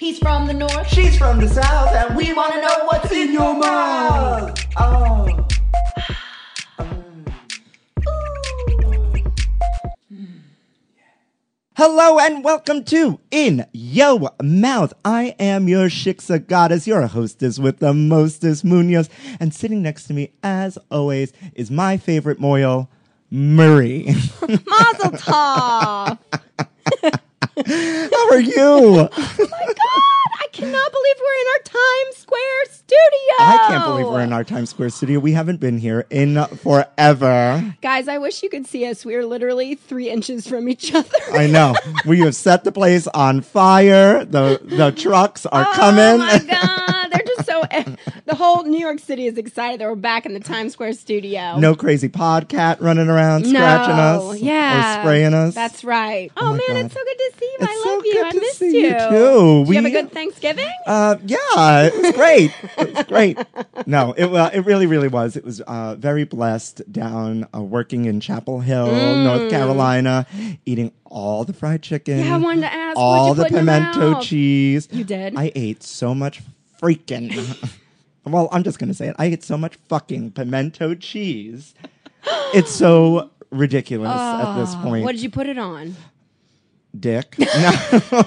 He's from the north. She's from the south, and we want to know what's in your mouth. Oh. Hmm. Hello and welcome to In Yo Mouth. I am your Shiksa goddess, your hostess with the mostest Munoz. And sitting next to me, as always, is my favorite Moyle, Murray. Mazel tov. How are you? I cannot believe we're in our Times Square studio. I can't believe we're in our Times Square studio. We haven't been here in forever. Guys, I wish you could see us. We are literally three inches from each other. I know. We have set the place on fire. The the trucks are coming. Oh my god, they're just so. e-, the whole New York City is excited that we're back in the Times Square studio. No crazy podcat running around No, scratching us yeah, or spraying us. That's right. Oh, my man, God. it's so good to see you. I It's so love you. good I to missed see you, you. too. Did you have a We- good Thanksgiving? Uh, yeah, it was great. It was great. No, it well, it really, really was. It was uh, very blessed down uh, working in Chapel Hill, Mm. North Carolina, eating all the fried chicken. Yeah, I wanted to ask, what'd all you the put in your pimento mouth? cheese. You did? I ate so much freaking. well, I'm just gonna say it. I ate so much fucking pimento cheese. It's so ridiculous at this point. Ah, What did you put it on? Dick. No.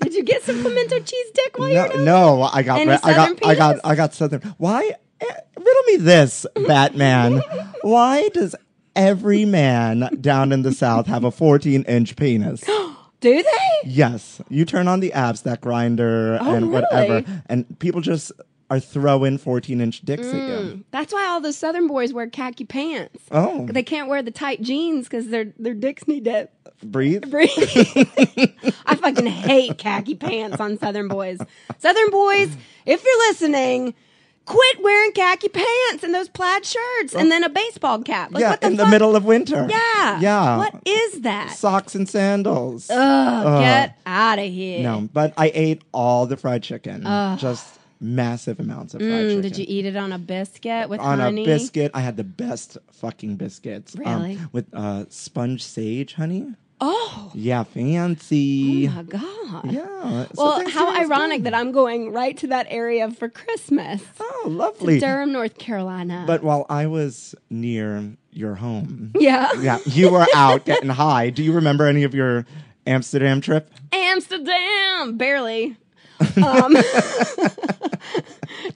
Did you get some pimento cheese dick while you No, were down no, I got, Any re- I got, Southern I got, penis? I got southern. Why? eh, Riddle me this, Batman. Why does every man down in the South have a 14 inch penis? Do they? Yes, you turn on the apps, that grinder, Oh, and whatever, really? and people just are throwing 14 inch dicks at you. That's why all the Southern boys wear khaki pants. Oh, They can't wear the tight jeans because their their dicks need to breathe. breathe. I fucking hate khaki pants on Southern boys. Southern boys, if you're listening, quit wearing khaki pants and those plaid shirts and then a baseball cap. Like, yeah, what the in fuck? the middle of winter. Yeah. Yeah. What is that? Socks and sandals. Ugh, get out of here. Uh, No, but I ate all the fried chicken. Just massive amounts of fried chicken. Mm, did you eat it on a biscuit with on honey? a biscuit. I had the best fucking biscuits. Um, Really? with uh, sponge sage honey. Oh, Yeah, fancy. my God. yeah. so Well, Thanksgiving how was ironic good. that I'm going right to that area for Christmas. Oh, lovely. Durham, North Carolina. But while I was near your home, yeah. yeah, you were out getting high. Do you remember any of your Amsterdam trip? Amsterdam, barely. Um,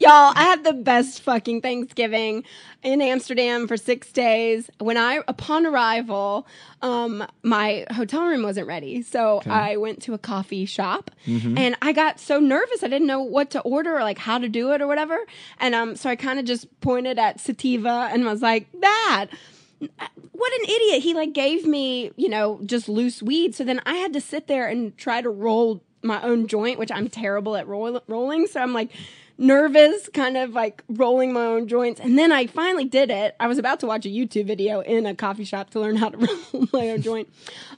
y'all, I had the best fucking Thanksgiving in Amsterdam for six days. When I, upon arrival, um, my hotel room wasn't ready, so I went to a coffee shop, Mm-hmm. and I got so nervous I didn't know what to order or like how to do it or whatever, and um, so I kind of just pointed at sativa and was like that what an idiot he like gave me you know just loose weed so then i had to sit there and try to roll my own joint which i'm terrible at roll- rolling so i'm like nervous kind of like rolling my own joints and then i finally did it i was about to watch a youtube video in a coffee shop to learn how to roll my own joint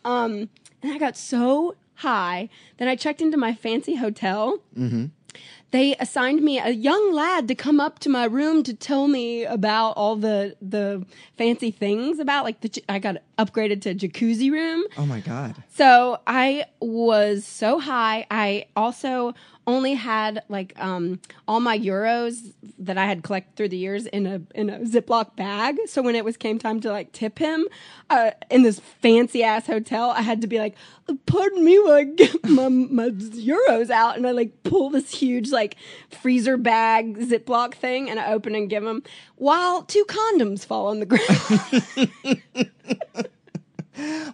um and i got so high then i checked into my fancy hotel they assigned me a young lad to come up to my room to tell me about all the the fancy things about like the j- I got upgraded to a jacuzzi room. Oh my god. So I was so high. I also only had like um, all my euros that I had collected through the years in a in a Ziploc bag. So when it was came time to like tip him uh, in this fancy ass hotel, I had to be like, "Pardon me, while I get my my euros out," and I like pull this huge like freezer bag Ziploc thing and I open and give him while two condoms fall on the ground.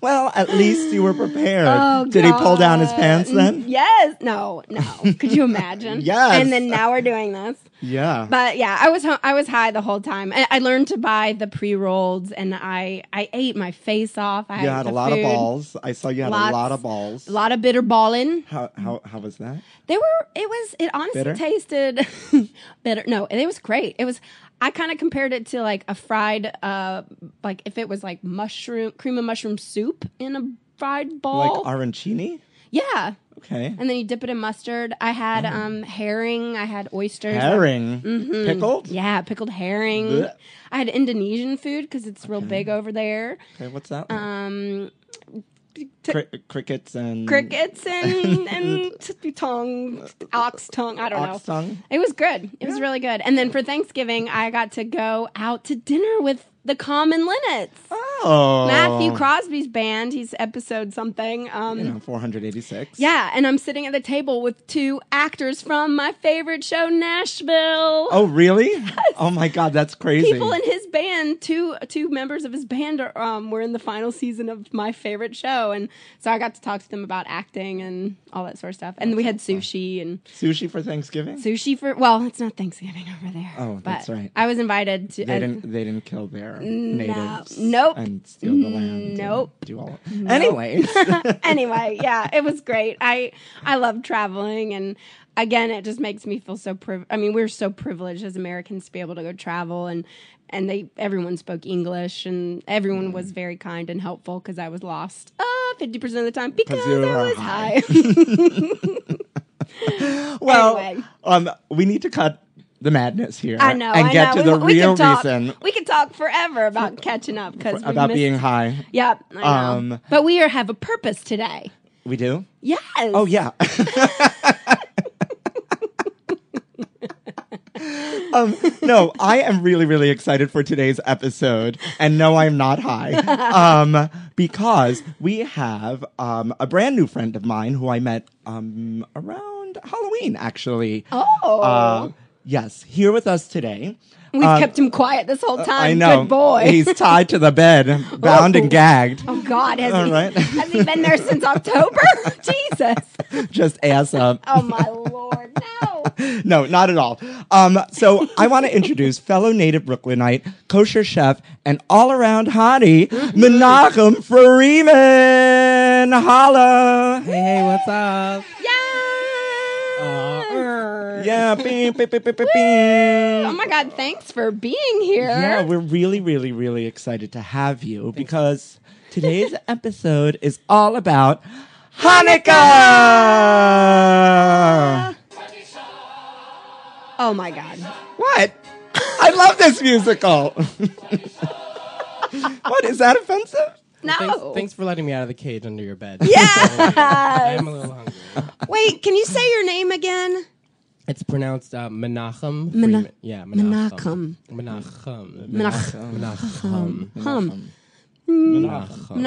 Well, at least you were prepared. Oh, Did he pull down his God. Mm, Mm-hmm. pants then? Yes. No. No. Could you imagine? Yes. And then now we're doing this. Yeah. But yeah, I was ho- I was high the whole time. I, I learned to buy the pre rolls, and I I ate my face off. I you had a the lot food. of balls. I saw you had Lots- a lot of balls. A lot of bitter balling. How how how was that? They were. It was. It honestly Bitter? tasted bitter. No, it was great. It was. I kind of compared it to like a fried, uh, like if it was like mushroom cream of mushroom soup in a fried Like ball. arancini? yeah. Okay. And then you dip it in mustard. I had um herring. I had oysters. Mm. Herring. Pickled? Mm-hmm. Yeah, pickled herring. Blech. I had Indonesian food because it's real big over there. Okay, what's that? like? Um, t- Cri- crickets and crickets and and t- tongue, ox tongue. I don't know. ox tongue. It was good. It was really good. And then for Thanksgiving, I got to go out to dinner with the Common Linnets. Oh, Matthew Crosby's band. He's episode something. Um, You know, 486. Yeah, and I'm sitting at the table with two actors from my favorite show, Nashville. Oh, really? Oh my God, that's crazy. People in his band, two two members of his band, are, um, were in the final season of my favorite show, and so I got to talk to them about acting and all that sort of stuff. And we had sushi and Sushi for Thanksgiving? sushi for well, it's not Thanksgiving over there. Oh, that's but right. I was invited to. They I- didn't. They didn't kill their natives. Nope. And steal the land. Nope. and Do all. Anyways, anyway, yeah, it was great. I I love traveling and again it just makes me feel so priv- I mean, we're so privileged as Americans to be able to go travel and and they everyone spoke English and everyone Mm. was very kind and helpful cuz I was lost. Uh 50% of the time because you I were was high. high. well, Anyway. um, we need to cut the madness here. I know. And I get know. to the we, we real could talk, reason We could talk forever about catching up cuz about being high. Yeah, I know. Um, but we are have a purpose today. We do. Yes. Oh yeah. um, no, I am really, really excited for today's episode, and no, I'm not high, um, because we have um, a brand new friend of mine who I met um, around Halloween, actually. Oh. Uh, yes, here with us today. We've Uh, kept him quiet this whole time. I know. Good boy. He's tied to the bed, bound Oh. and gagged. oh God, has All he right. has he been there since October? Jesus. Just ass up. Oh my lord, no. no, not at all. Um, so I want to introduce fellow native Brooklynite, kosher chef, and all around hottie, Mm-hmm. Menachem Freeman. Holla. Hey, hey, what's up? Yeah. Err. Yeah. beep, beep, beep, beep, beep, beep. Oh my God, thanks for being here. Yeah, we're really, really, really excited to have you because today's episode is all about Hanukkah. oh my God. What? I love this musical. what is that offensive? No. Thanks, thanks for letting me out of the cage under your bed. Oh. Yes. I'm a little hungry. Wait, can you say your name again? It's pronounced uh, Menachem. Mena- Freeman. yeah, Menachem. Menachem. Menachem. Menachem. Menachem. Hum. Menachem. Nahum.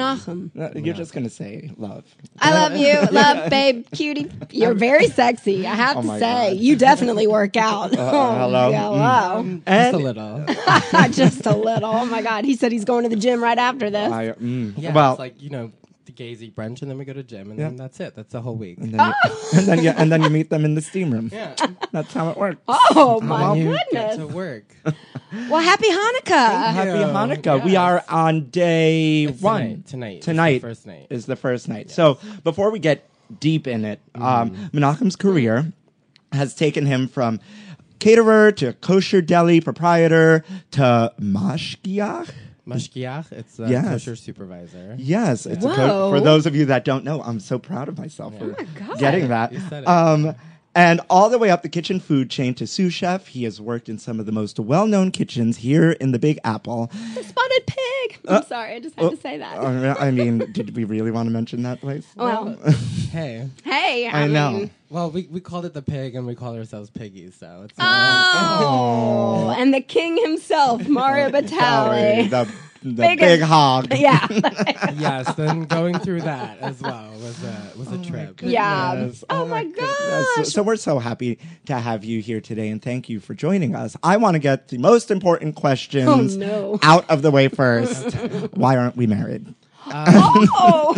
No, Uh, You're just gonna say love. I love you. Love, babe, cutie. You're very sexy, I have Oh to my say. God. Uh, mm. You definitely work out. oh, hello? Hello. Just a And- little. just a little. Oh my God. He said he's going to the gym right after this. I, mm, Yeah, well, it's like, you know, the gays eat brunch and then we go to gym and then that's it. That's the whole week. and, then you, and then you and then you meet them in the steam room. Yeah. That's how it works. oh Then my you Get to goodness. work. Well, happy Hanukkah. Happy Yeah, Hanukkah. We yes. are on day one. Tonight. Tonight Tonight. is the First night. is the first night. So before we get deep in it, um, Mm-hmm. Menachem's career has taken him from caterer to kosher deli proprietor to mashgiach. Mashkiach. It's a Yes. kosher supervisor. Yes, it's a Whoa. co- for those of you that don't know, I'm so proud of myself for God. getting that. Oh You said it. Um, and all the way up the kitchen food chain to sous chef, he has worked in some of the most well-known kitchens here in the Big Apple. Spotted pig. I'm sorry. I just had to say that. Oh, Uh, I mean, did we really want to mention that place? well, Hey. hey. I, oh. I know. mean- Well, we, we called it the pig and we called ourselves piggies, so it's not Oh, and the king himself, Mario Sorry, Batali. the the Big big, as- hog. yeah. Ah. yes, then going through that as well was a was Oh a trip. Yeah. Yes. Oh, my goodness. So, gosh. so we're so happy to have you here today, and thank you for joining us. I want to get the most important questions Oh, no. out of the way first. Why aren't we married? Oh,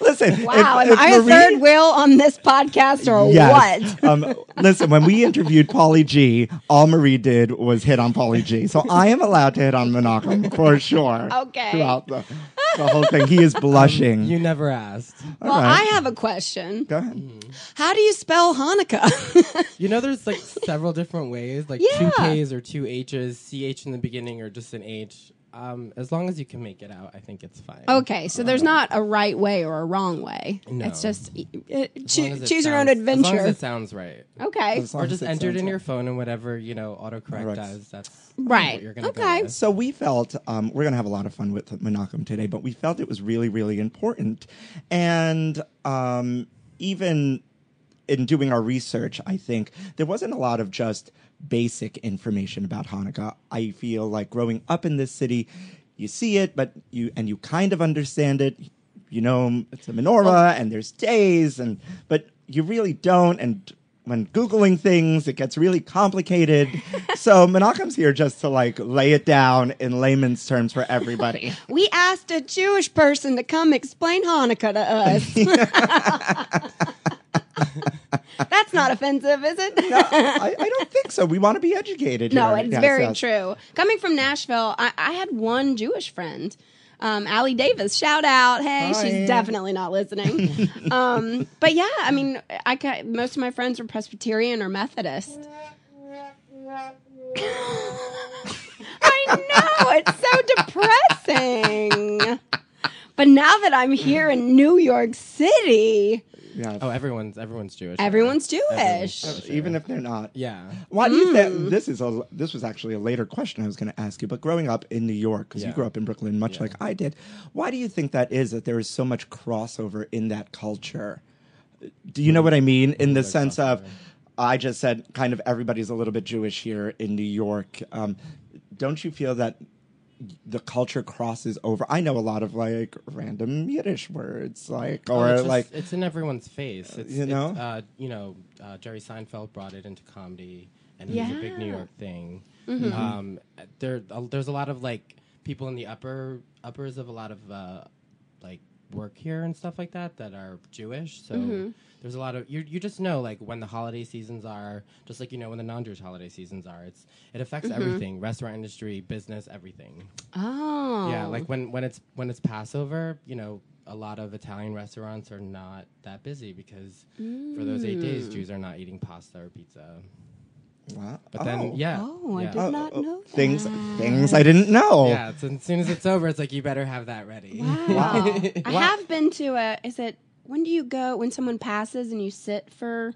Listen, wow. if- Am if I a Marie- third wheel on this podcast or Yes. what? um, listen, when we interviewed Polly G, all Marie did was hit on Polly G. So I am allowed to hit on Menachem for sure. Okay. Throughout the, the whole thing, he is Mm. blushing. You never asked. Well, right. I have a question. Go ahead. How do you spell Hanukkah? You know there's like several different ways, like Yeah. two K's or two H's, C H in the beginning or just an H. Um, as long as you can make it out, I think it's fine. Okay, so there's not a right way or a wrong way. No. It's just e- e- As long choo- as it choose your own sounds- As long adventure. Oh. as it sounds right. Okay. As long Or as just it enter it sounds in right. your phone and whatever, you know, autocorrect Correct. does. That's Right. what you're going to Okay. go with. So we felt um, we're going to have a lot of fun with Menachem today, but we felt it was really, really important. And um, even in doing our research, I think there wasn't a lot of just basic information about Hanukkah. I feel like growing up in this city, you see it, but you and you kind of understand it. You know, it's a menorah, and there's days, and but you really don't. And when googling things, it gets really complicated. so Menachem's here just to like lay it down in layman's terms for everybody. We asked a Jewish person to come explain Hanukkah to us. That's not offensive, is it? No, I, I don't think so. We want to be educated. No, here. it's Yes, very yes. true. Coming from Nashville, I, I had one Jewish friend, um, Allie Davis. Shout out. Hey, Hi. she's definitely not listening. um, but yeah, I mean, I ca- most of my friends were Presbyterian or Methodist. I know, it's so depressing. But now that I'm here in New York City, Yes. Oh, everyone's everyone's Jewish. everyone's Everyone's Jewish. Jewish. even if they're not. Yeah. Why do you Hmm. think this is a this was actually a later question I was going to ask you? But growing up in New York, because you Yeah. grew up in Brooklyn, much like I did, why do you think that is that there is so much crossover in that culture? Do you know what I mean? In the sense of, I just said kind of everybody's a little bit Jewish here in New York. Um, don't you feel that the culture crosses over? I know a lot of like random Yiddish words, like Oh, or it's just- like it's in everyone's face. It's, you it's, know? uh, you know, uh, Jerry Seinfeld brought it into comedy, and it was a big New Yeah. York thing. Um, there, uh, there's a lot of like people in the upper uppers of a lot of uh, like work here and stuff like that that are Jewish. So there's a lot of you. You just know like when the holiday seasons are, just like you know when the non-Jewish holiday seasons are. It's it affects everything: restaurant industry, business, everything. Oh. Yeah, like when when it's when it's Passover, you know, a lot of Italian restaurants are not that busy because for those eight days, Mm. Jews are not eating pasta or pizza. wow. But then, Oh. yeah, Oh, I yeah. did not know that. things things I didn't know. Yeah, it's, as soon as it's over, it's like you better have that ready. Uh, Wow. I have been to a. Is it when do you go when someone passes and you sit for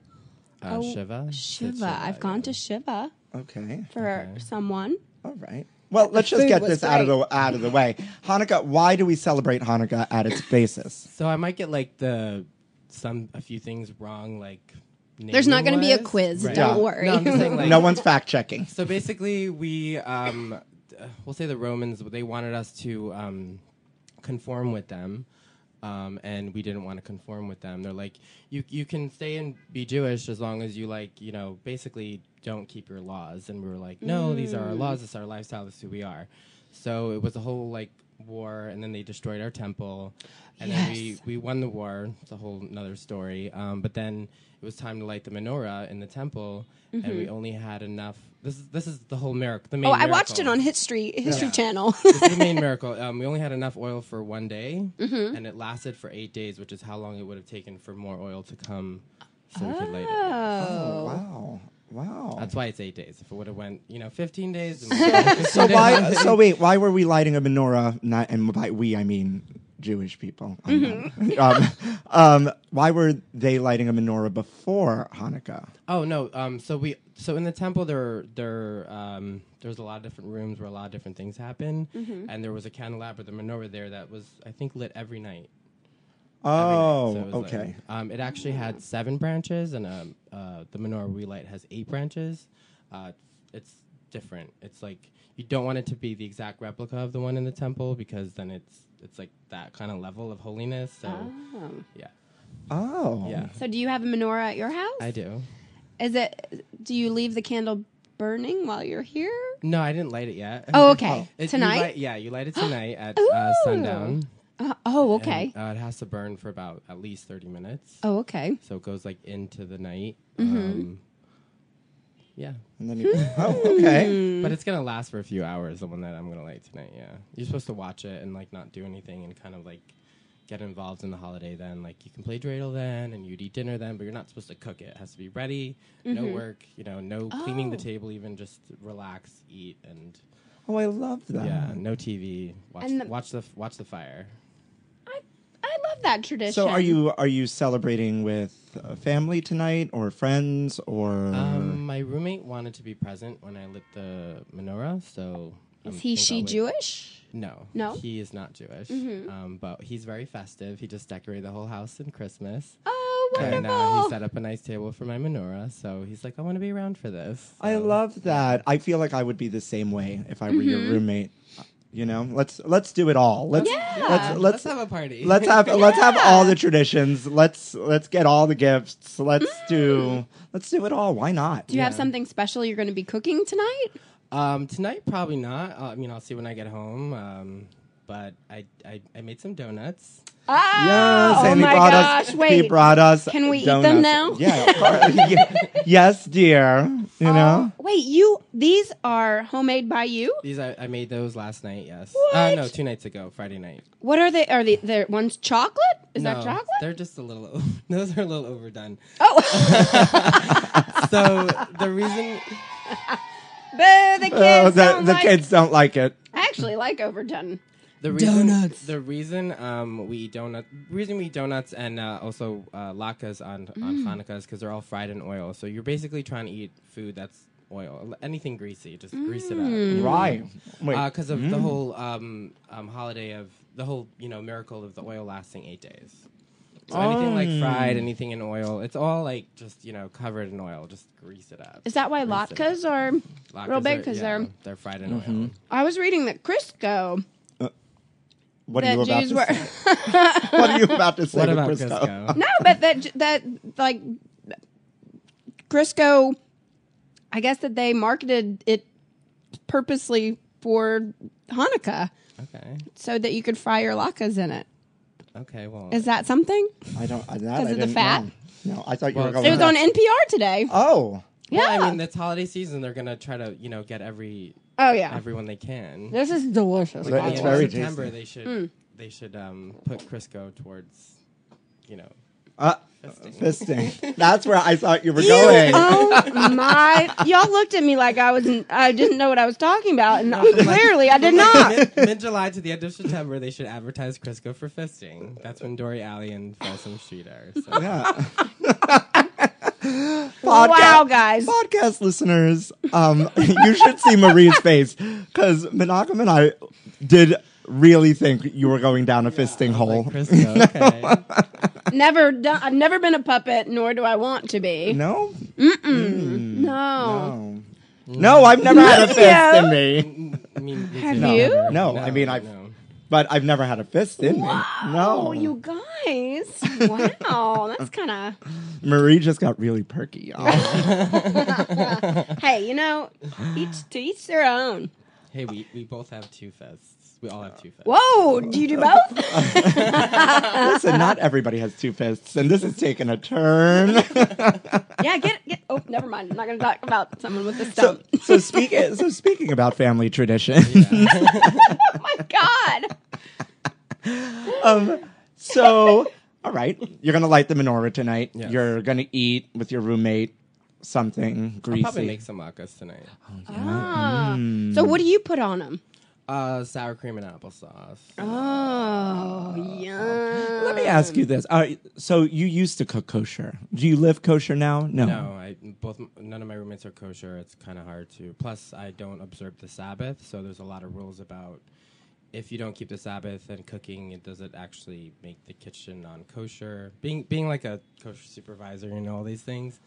uh, Shiva, Oh, Shiva? I've gone to Shiva Okay. for someone. All right. Well, let's just food get was this out of great. the out of the way. Hanukkah. Why do we celebrate Hanukkah at its basis? So I might get like the some a few things wrong. Like There's not going to be a naming-wise. quiz. Right. Don't Yeah. worry. No, I'm just saying, like, no one's fact checking. So basically, we um, d- we'll say the Romans they wanted us to um, conform with them, um, and we didn't want to conform with them. They're like, you you can stay and be Jewish as long as you like, you know, basically don't keep your laws. And we were like, no, these are our Mm. laws. This is our lifestyle. This is who we are. So it was a whole like war, and then they destroyed our temple, and then we Yes. we won the war. It's a whole another story. Um, but then it was time to light the menorah in the temple, and we only had enough. This is this is the whole miracle. The main Mm-hmm. oh, I watched it miracle. on History History Yeah. Oh, Channel. This is the main miracle. Um, we only had enough oil for one day, and it lasted for eight days, which is how long it would have taken for more oil to come, so we could light Ah. it. Oh, wow, wow. That's why it's eight days. If it would have went, you know, fifteen days. then we would've had so 15 why? days. So wait, why were we lighting a menorah? Not, and by we I mean Jewish people. I'm Mm-hmm. not- um, um, why were they lighting a menorah before Hanukkah? Oh no. Um. So we. So in the temple, there there um there's a lot of different rooms where a lot of different things happen, and there was a candelabra, the menorah there that was I think lit every night. Every night. Oh, So it was lit. okay. um, it actually had seven branches, and um, uh, the menorah we light has eight branches. Uh, it's different. It's like you don't want it to be the exact replica of the one in the temple because then it's it's like that kind of level of holiness. So yeah, Oh, yeah, so, do you have a menorah at your house? I do. Is it? Do you leave the candle burning while you're here? No, I didn't light it yet. Oh, okay. It- you Tonight? light- yeah, you light it tonight at uh, sundown. Uh, oh, and, okay. uh, it has to burn for about at least 30 minutes. oh, Mm-hmm. okay. So it goes like into the night. Um, yeah. And then you, Hmm. oh, okay. Mm-hmm. But it's going to last for a few hours, the one that I'm going to light tonight. Yeah. You're supposed to watch it and like not do anything and kind of like get involved in the holiday then. Like you can play dreidel then and you'd eat dinner then, but you're not supposed to cook it. It has to be ready, no work, you know, no cleaning the Mm-hmm. Oh. table, even just relax, eat, and Oh, I love that. Yeah, no TV. Watch Um. And the- watch the watch the fire. I, I love that tradition. So are you are you celebrating with uh, family tonight or friends or Uh-huh. Um, my roommate wanted to be present when I lit the menorah, so um, Is I he think she I'll wait. Jewish? No, No? Mm-hmm. he is not Jewish. Um, but he's very festive. He just decorated the whole house in Christmas. Oh, wonderful. And uh, he set up a nice table for my menorah, so he's like, "I want to be around for this." I So- love that. I feel like I would be the same way if I were Mm-hmm. your roommate. You know, let's let's do it all. Let's Yeah. let's Let's let's have a party. let's have let's have all the traditions. Let's let's get all the gifts. Let's do let's do it all. Why not? Mm. Do you have something special you're going to be cooking tonight? Um, tonight probably not. Uh, I mean, I'll see when I get home. Um, but I, I I made some donuts. Ah, Yes, oh and he my brought gosh, us. wait. He brought us. Can we eat them now? donuts. Yeah. of course. Ye- yes, dear. You Oh. know. Wait, you these are homemade by you? These I, I made those last night. Yes. Uh, What? no, two nights ago, Friday night. What are they? Are they the ones chocolate? Is No, that chocolate? They're just a little. Those are a little overdone. oh, So the reason boo, the kids Oh, the, don't the like. kids don't like it. I actually like overdone. the reason Donuts. the reason um we eat donut reason we eat donuts and uh, also uh, latkes on Mm. on Hanukkah is because they're all fried in oil. So you're basically trying to eat food that's oil, anything greasy, just grease it up. Mm. you know? Right. Wait. Mm. because of the whole um, um, holiday of the whole you know miracle of the oil lasting eight days. So anything Oh. like fried, anything in oil, it's all like just you know covered in oil. Just grease it up. Is that why Grease it latkes are up. real Latkes big? are- Because yeah, they're. they're fried in Mm-hmm. oil. I was reading that Crisco what are that you about Jews to were. say? What are you about to say? What to about Crisco? Crisco? no, but that that like Crisco. I guess that they marketed it purposely for Hanukkah okay, so that you could fry your latkes in it. okay, well, Is that something? I don't. I, that I of the didn't fat? Know. No, I thought you Well, were it's- going. It was back. on NPR today. Oh, yeah. Well, I mean, it's holiday season. They're gonna try to you know get every oh yeah. everyone they can. This is delicious. Like, By It's the end of very September. tasty. Hmm. They should they should um, put Crisco towards you know. uh, fisting. That's where I thought you were You- going. oh my! Y'all looked at me like I was I didn't know what I was talking about, and clearly I did not. Mid July to the end of September, they should advertise Crisco for fisting. That's when Dory Alley and Folsom Street are. So. yeah. Podca- Wow, guys! Podcast listeners, um, you should see Marie's face because Menachem and I did really think you were going down a fisting hole. Like Crisco, okay. Never done. I've never been a puppet, nor do I want to be. no? No. No. No, I've never had a fist Mm. Yeah. in me. I mean, we Have did. you? No, I mean, I've, no. but I've never had a fist in me. No. Oh, you guys! Wow, that's kind of. Marie just got really perky, y'all. Hey, you know, each to each their own. Hey, we, we both have two fists. We all have two fists. Whoa! Do you do both? Listen, not everybody has two fists, and this is taking a turn. yeah. Get. get oh, never mind. I'm not going to talk about someone with a so, stump. so, speak, so speaking about family tradition, oh my god! so all right, you're gonna light the menorah tonight. Yes. You're gonna eat with your roommate something I'll greasy. probably make some latkes tonight. Ah. Mm. So what do you put on them? Uh, sour cream and applesauce. Oh, yeah. Let me ask you this: All right, So you used to cook kosher. Do you live kosher now? No. No, Oh, I both none of my roommates are kosher. It's kind of hard to. Plus, I don't observe the Sabbath, so there's a lot of rules about if you don't keep the Sabbath and cooking, it does it actually make the kitchen non-kosher? Being being like a kosher supervisor, you know all these things.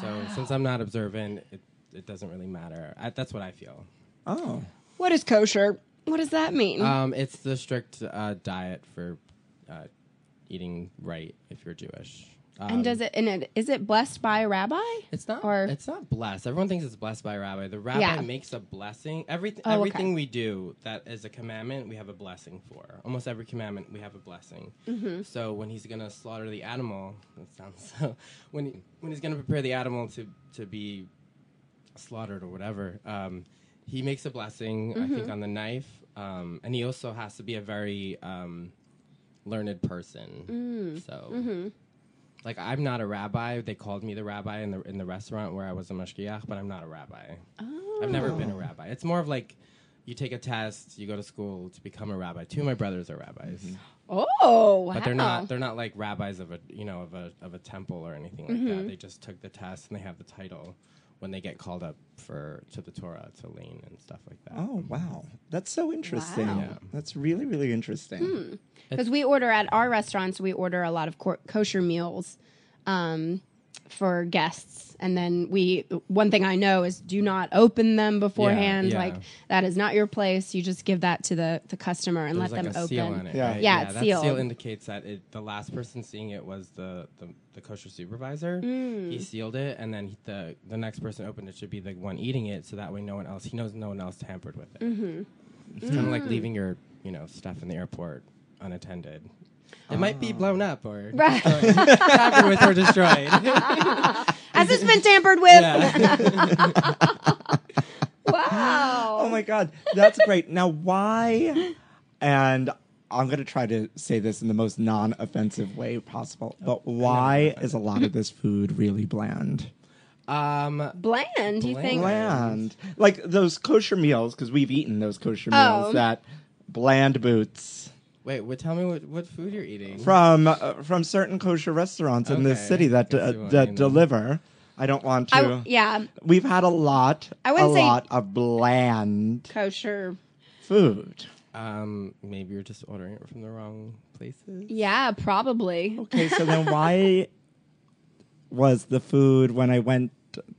So since I'm not observant, it it doesn't really matter. I, that's what I feel. Oh. What is kosher? What does that mean? Um, it's the strict uh, diet for uh, eating right if you're Jewish. Um, and does it and it is it blessed by a rabbi? It's not. Or- it's not blessed. Everyone thinks it's blessed by a rabbi. The rabbi Yeah. makes a blessing. Everything. Oh, okay. everything we do that is a commandment, we have a blessing for. Almost every commandment, we have a blessing. Mm-hmm. So when he's gonna slaughter the animal, that sounds so. When he, when he's gonna prepare the animal to to be slaughtered or whatever, um, he makes a blessing. I Mm-hmm. think on the knife, um, and he also has to be a very um, learned person. Mm. So. Mm-hmm. Like I'm not a rabbi. They called me the rabbi in the in the restaurant where I was a mashgiach, but I'm not a rabbi. I've never been a rabbi. It's more of like you take a test, you go to school to become a rabbi. Two of my brothers are rabbis, Oh, wow. but they're not they're not like rabbis of a you know of a of a temple or anything like that. They just took the test and they have the title when they get called up for to the Torah to lane and stuff like that. Oh wow, that's so interesting. Wow. Yeah. That's really really interesting. Hmm. because we order at our restaurants we order a lot of ko- kosher meals um, for guests and then we one thing i know is do not open them beforehand yeah. like that is not your place you just give that to the, the customer and There's let like them a open seal on it. Yeah. right? Yeah, it's that seal sealed. indicates that it, the last person seeing it was the the, the kosher supervisor. Mm. He sealed it, and then he, the the next person opened it should be the one eating it, so that way no one else he knows no one else tampered with it. Mm-hmm. It's kind of like Mm. leaving your you know stuff in the airport unattended. It might be blown up or Right. destroyed. tampered with or destroyed. has this been tampered with yeah. wow Oh my god, that's great. Now why? And I'm going to try to say this in the most non-offensive way possible. But Oh, why is a lot of this food really bland? Um, bland you think Bland, like those kosher meals, because we've eaten those kosher Oh. meals. That bland boots wait, what, tell me what, what food you're eating. from uh, from certain kosher restaurants in this Okay, city that I uh, see what you that mean. deliver. I don't want to. I w- yeah We've had a lot, I a wouldn't say- lot of bland kosher food. Um, maybe you're just ordering it from the wrong places. yeah probably Okay, so then why was the food when I went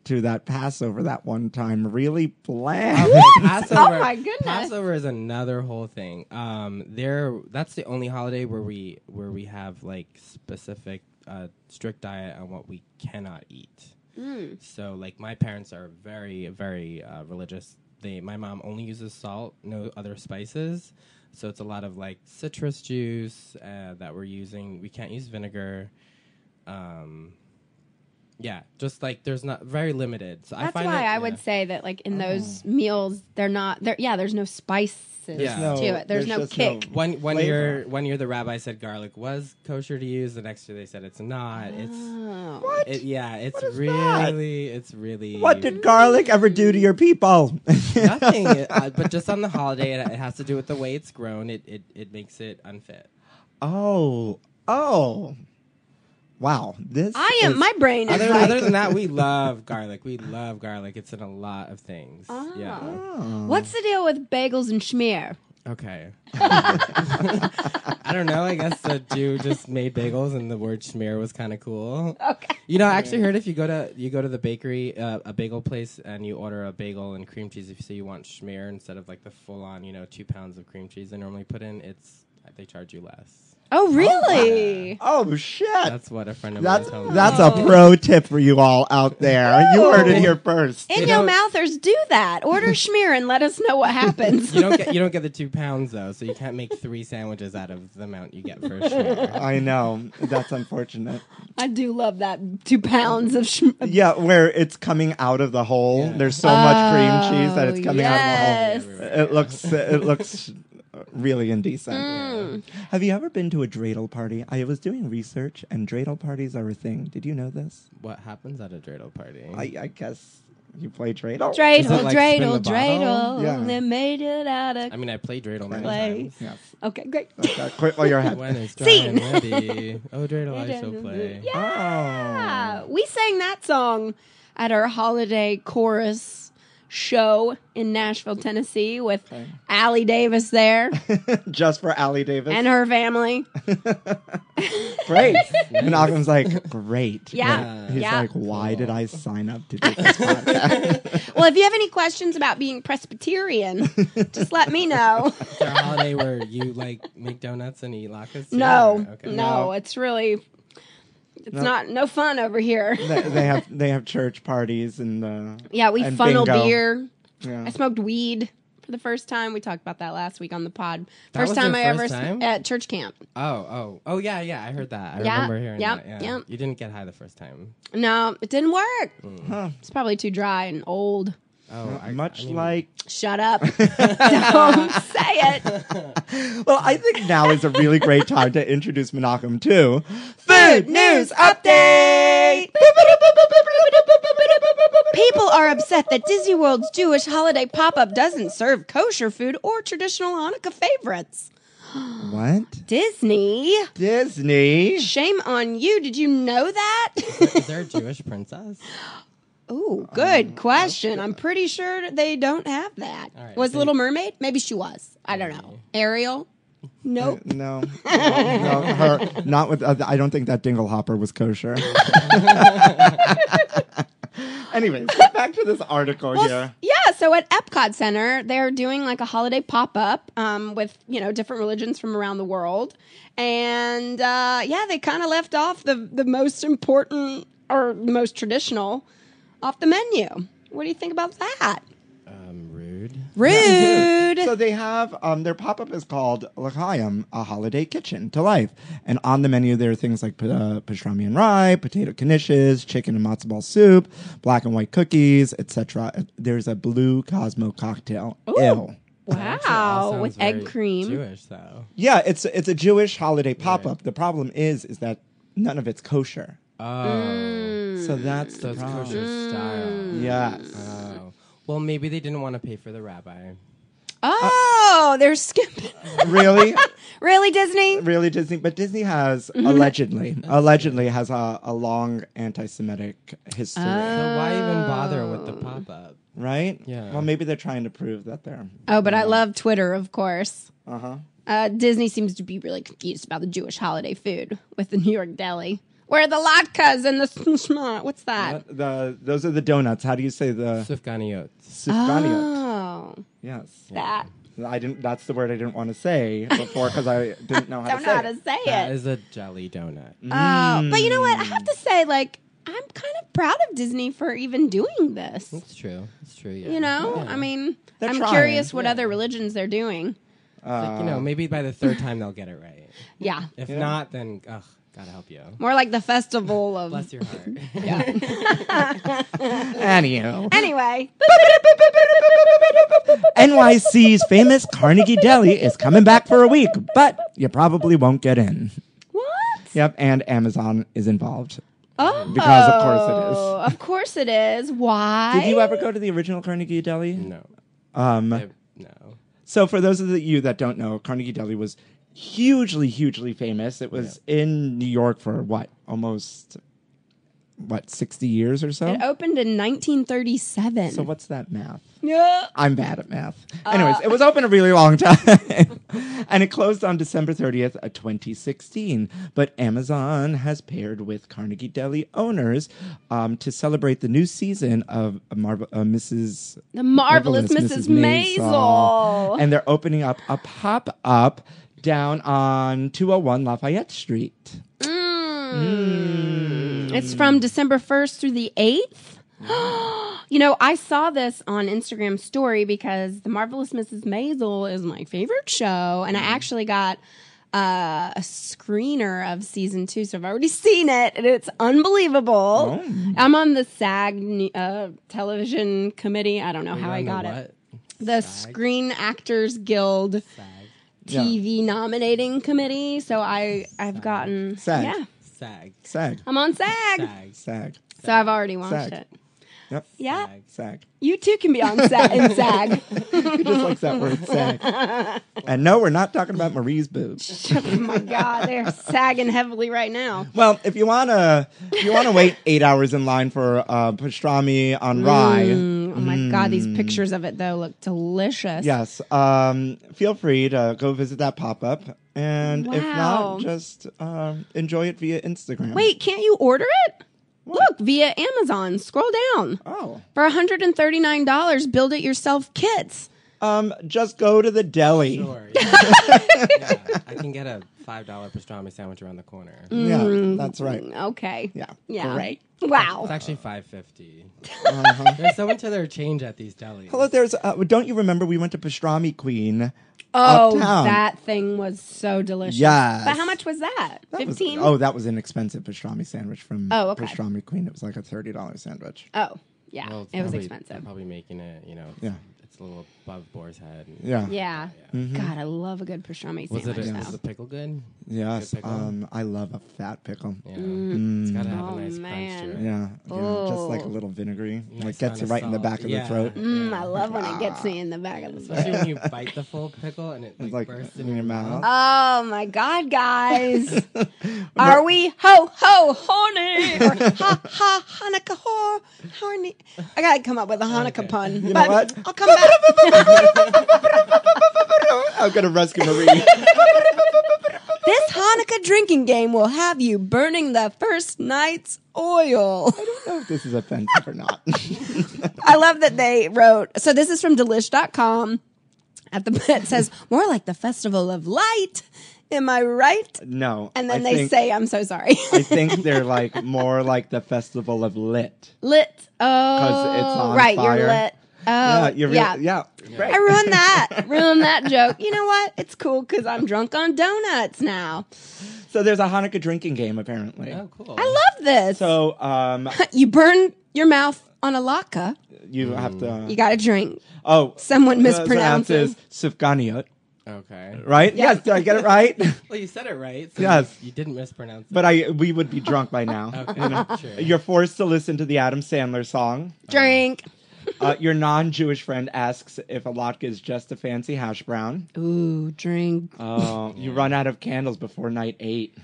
to that Passover that one time really bland? Passover, Oh my goodness. Passover is another whole thing. Um, there, that's the only holiday where we where we have like specific uh, strict diet on what we cannot eat. Mm. So, like, my parents are very very uh, religious. They, my mom only uses salt, no other spices. So it's a lot of like citrus juice uh, that we're using. We can't use vinegar. Um, yeah, just like there's not very limited. So I that's find why that- i yeah. Uh-huh. would say that like in those meals they're not there yeah there's no spices There's no- to it there's, there's no just no- kick One one flavor. year one year the rabbi said garlic was kosher to use. The next year they said it's not. It's Oh. What? it, yeah, it's is that? really it's really what did garlic ever do to your people? nothing. uh, but just on the holiday, it, it has to do with the way it's grown. It it, it makes it unfit. oh, oh, wow! This I am. is- My brain is Other, like, other than that, we love garlic. We love garlic. It's in a lot of things. Yeah. Oh. what's the deal with bagels and schmear? Okay. I don't know. I guess the Jew just made bagels, and the word schmear was kind of cool. Okay. You know, I actually heard if you go to you go to the bakery, uh, a bagel place, and you order a bagel and cream cheese, if you say you want schmear instead of like the full on, you know, two pounds of cream cheese they normally put in, it's they charge you less. Oh, really? Oh shit! That's what a friend of That's mine told me. that's a pro tip for you all out there. You heard it here first. In You your know- mouthers, do that. Order schmear and let us know what happens. you don't get you don't get the two pounds though, so you can't make three sandwiches out of the amount you get for a schmear. I know that's unfortunate. I do love that two pounds of schmear. Yeah, where it's coming out of the hole. Yeah. There's so much cream cheese that it's coming out Oh, yes. of the hole. It looks it looks really indecent. Mm. Have you ever been to a dreidel party? I was doing research, and dreidel parties are a thing. Did you know this? what happens at a dreidel party? I, I guess you play dreidel. Is Dreidel, it like spin dreidel, the bottle? dreidel. Yeah. They made it out of. I mean, I play dreidel many Play. times. Yes. okay, great. Okay, quit while you're ahead. When it's dry Scene. and windy, oh dreidel, I so play. Yeah. Oh. We sang that song at our holiday chorus show in Nashville, Tennessee, with Allie Davis there Oh. Just for Allie Davis. and her family. great. Malcolm's like, great. Yeah. He's Yeah. like, why did I sign up to do this podcast? Well, if you have any questions about being Presbyterian, just let me know. Is there a holiday where you like make donuts and eat latkes? too, No, or- no, No. it's really, it's not no fun over here. they, they have they have church parties and uh, Yeah, we and funnel bingo. beer. Yeah. I smoked weed for the first time. We talked about that last week on the pod. That first was time your I first ever s- time? at church camp. Oh, oh, oh, yeah, yeah. I heard that. I Yeah, remember hearing yeah, that. Yeah. yeah. You didn't get high the first time. No, it didn't work. Mm-hmm. Huh. It's probably too dry and old. Oh, I- Much I mean, like, Shut up. Don't say it. well, I think now is a really great time to introduce Menachem to Food news update. People are upset that Disney World's Jewish holiday pop up doesn't serve kosher food or traditional Hanukkah favorites. What? Disney, Disney. shame on you. Did you know that? Is there a Jewish princess? Ooh, good question. I'm pretty sure they don't have that. Um, All right, Mm-hmm. was so Little Mermaid? Maybe she was. I don't know. Ariel? Nope. No, no, her not with. Uh, I don't think that dingle hopper was kosher. Anyways, get back to this article Well, here. s- yeah. So at Epcot Center, they're doing like a holiday pop up um, with you know different religions from around the world, and uh, yeah, they kind of left off the the most important or most traditional off the menu. What do you think about that? Um, rude. Rude. So they have um, their pop up is called L'chaim, a holiday kitchen to life, and on the menu there are things like uh, pastrami and rye, potato knishes, chicken and matzo ball soup, black and white cookies, etc. There's a blue Cosmo cocktail. Ew. Actually, it all wow, sounds with very egg cream. Jewish though. Yeah, it's it's a Jewish holiday pop up. The problem is is that none of it's kosher. Oh, Mm. So that's so the it's problem. kosher style. Yes. Oh. Well, maybe they didn't want to pay for the rabbi. Oh, they're skipping. really? really, Disney? Really Disney, but Disney has allegedly allegedly has a, a long anti-Semitic history, So why even bother with Oh. the pop up? right? Yeah. Well, maybe they're trying to prove that they're Oh, but I love Twitter, of course. uh-huh. Uh, Disney seems to be really confused about the Jewish holiday food with the New York deli. Where are the latkes and the smishma? What's that? But the those are the donuts. How do you say the Sufganiot. sufganiot? Oh, Yes. that. I didn't that's the word I didn't want to say before cuz I didn't know how Don't to know how say. to it. say That it. is a jelly donut. Oh, but you know what? I have to say, like, I'm kind of proud of Disney for even doing this. It's true. It's true. Yeah. You know, Yeah. I mean, They're I'm trying, curious what yeah. other religions they're doing. It's like, you know, maybe by the third time they'll get it right. Yeah, If not, then ugh, gotta help you. more like the festival of. Bless your heart. Anywho. Anyway, NYC's famous Carnegie Deli is coming back for a week, but you probably won't get in. what? Yep, and Amazon is involved. Oh, Because of course it is. Of course it is. Why? Did you ever go to the original Carnegie Deli? no. Um, I- no. so for those of the, you that don't know, Carnegie Deli was hugely, hugely famous. It was in New York for what, almost what, sixty years or so. It opened in 1937. so what's that math? Yeah. I'm bad at math. Anyways, it was open a really long time. and it closed on December 30th, of 2016. But Amazon has paired with Carnegie Deli owners um, to celebrate the new season of Marvel, uh, Mrs. The marvelous, Mrs. Maisel. And they're opening up a pop up down on 201 Lafayette Street. Hmm. It's from December 1st through the 8th. you know, I saw this on Instagram story because The Marvelous Mrs. Maisel is my favorite show, and I Hmm. actually got uh, a screener of season two, so I've already seen it, and it's unbelievable. Oh. I'm on the SAG ne- uh, television committee. I don't Oh, know how I got it. The Screen Actors Guild Sag. Yeah. TV nominating committee. So I I've gotten Sag. yeah. Sag. Sag, I'm on SAG, Sag. sag, so I've already watched Sag. it. Yep. Yeah, Sag. sag. you too can be on SAG. In SAG. He just likes that word, sag. and no, we're not talking about Marie's boobs. oh my God, they're sagging heavily right now. Well, if you wanna, if you wanna wait eight hours in line for uh, pastrami on rye, Oh my God, Mm. these pictures of it though look delicious. yes, um, feel free to go visit that pop up, and if Wow. not, just um, enjoy it via Instagram. Wait, can't you order it? Look via Amazon. Scroll down. oh, For $139, build it yourself kits. um, just go to the deli. Sure. Yeah. Yeah, I can get a $5 pastrami sandwich around the corner. Mm. Hmm. Yeah, that's right. Okay. Yeah, Yeah. great. Wow. It's actually five fifty. There's so much of their change at these delis. Hello, there's. Uh, don't you remember we went to Pastrami Queen? Oh, uptown. that thing was so delicious. Yes. But how much was that? That was- Fifteen. oh, that was an expensive pastrami sandwich from Oh, okay. Pastrami Queen. It was like a thirty dollars sandwich. Oh, yeah. Well, it's it was probably- expensive. Probably making it, you know. Yeah. It's a little above boar's head. Yeah. Yeah. God, I love a good pastrami Was it, sandwich. a, though. was the pickle good? Yes. Good pickle. Um, I love a fat pickle. Yeah. It's got to have Oh, a nice man. crunch to it. Yeah. yeah, Oh. like a little vinegary. like Nice gets amount you of right in the salt. back of Yeah. the throat. Mm, I love when it gets me in the back of the Especially when you bite the full pickle and it like, It's like bursts in your mouth. Oh my God, guys. Are we ho ho horny? Or ha ha Hanukkah whore horny? I gotta come up with a Hanukkah pun. You know what? I'll come back. I'm gonna rescue Marie. this Hanukkah drinking game will have you burning the first night's oil. if this is offensive or not. I love that they wrote. So this is from delish.com. At the it says more like the festival of light. Am I right? no. And then I they think- say, "I'm so sorry." I think they're like more like the festival of lit. lit. Because it's Oh, on right. fire. You're lit. Oh, yeah, you're yeah. Really, yeah. Right. I ruined that. ruined that joke. You know what? It's cool because I'm drunk on donuts now. So there's a Hanukkah drinking game apparently. Oh, cool. I love this. So um, you burn your mouth on a latke. you Mm. have to. You got to drink. oh, Someone uh, mispronounces. sufganiyot, Okay. right? Yeah. Yes, did I get it right? Well, you said it right. So Yes. You, you didn't mispronounce it. but I we would be drunk by now. Okay, you know? sure. You're forced to listen to the Adam Sandler song. Drink. Uh, your non-Jewish friend asks if a latke is just a fancy hash brown. Ooh, drink. Uh, you run out of candles before night eight.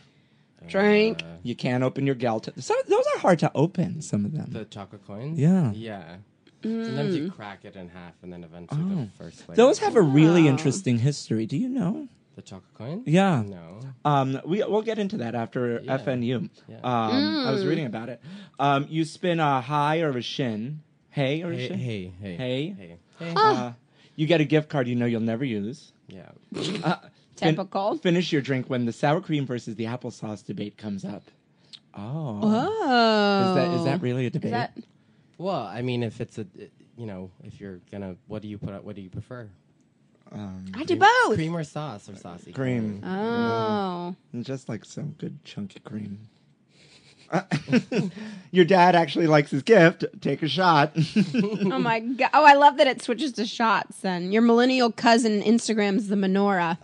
Drink. You can't open your gelt. Some, those are hard to open. Some of them. the chocolate coins? Yeah. Yeah. Sometimes you crack it in half and then eventually the first layer. Oh. Those have a really Wow. interesting history. Do you know? The chocolate coins? Yeah. No. Um, we we'll get into that after Yeah. FNU. Yeah. Um, I was Mm. reading about it. Um, you spin a high or a shin, hey or a Hey, shin, hey, hey. Ah. Hey. Hey. hey. Uh, you get a gift card you know you'll never use. Yeah. Fin- Typical. finish your drink when the sour cream versus the applesauce debate comes up. Oh, Oh. is that is that really a debate? Is that- Well, I mean, if it's a, you know, if you're gonna, what do you put out? What do you prefer? I do both. Cream or sauce or saucy? cream? Oh. Just like some good chunky cream. your dad actually likes his gift. Take a shot. Oh my god. Oh, I love that it switches to shots then. Your millennial cousin Instagrram's the menorah.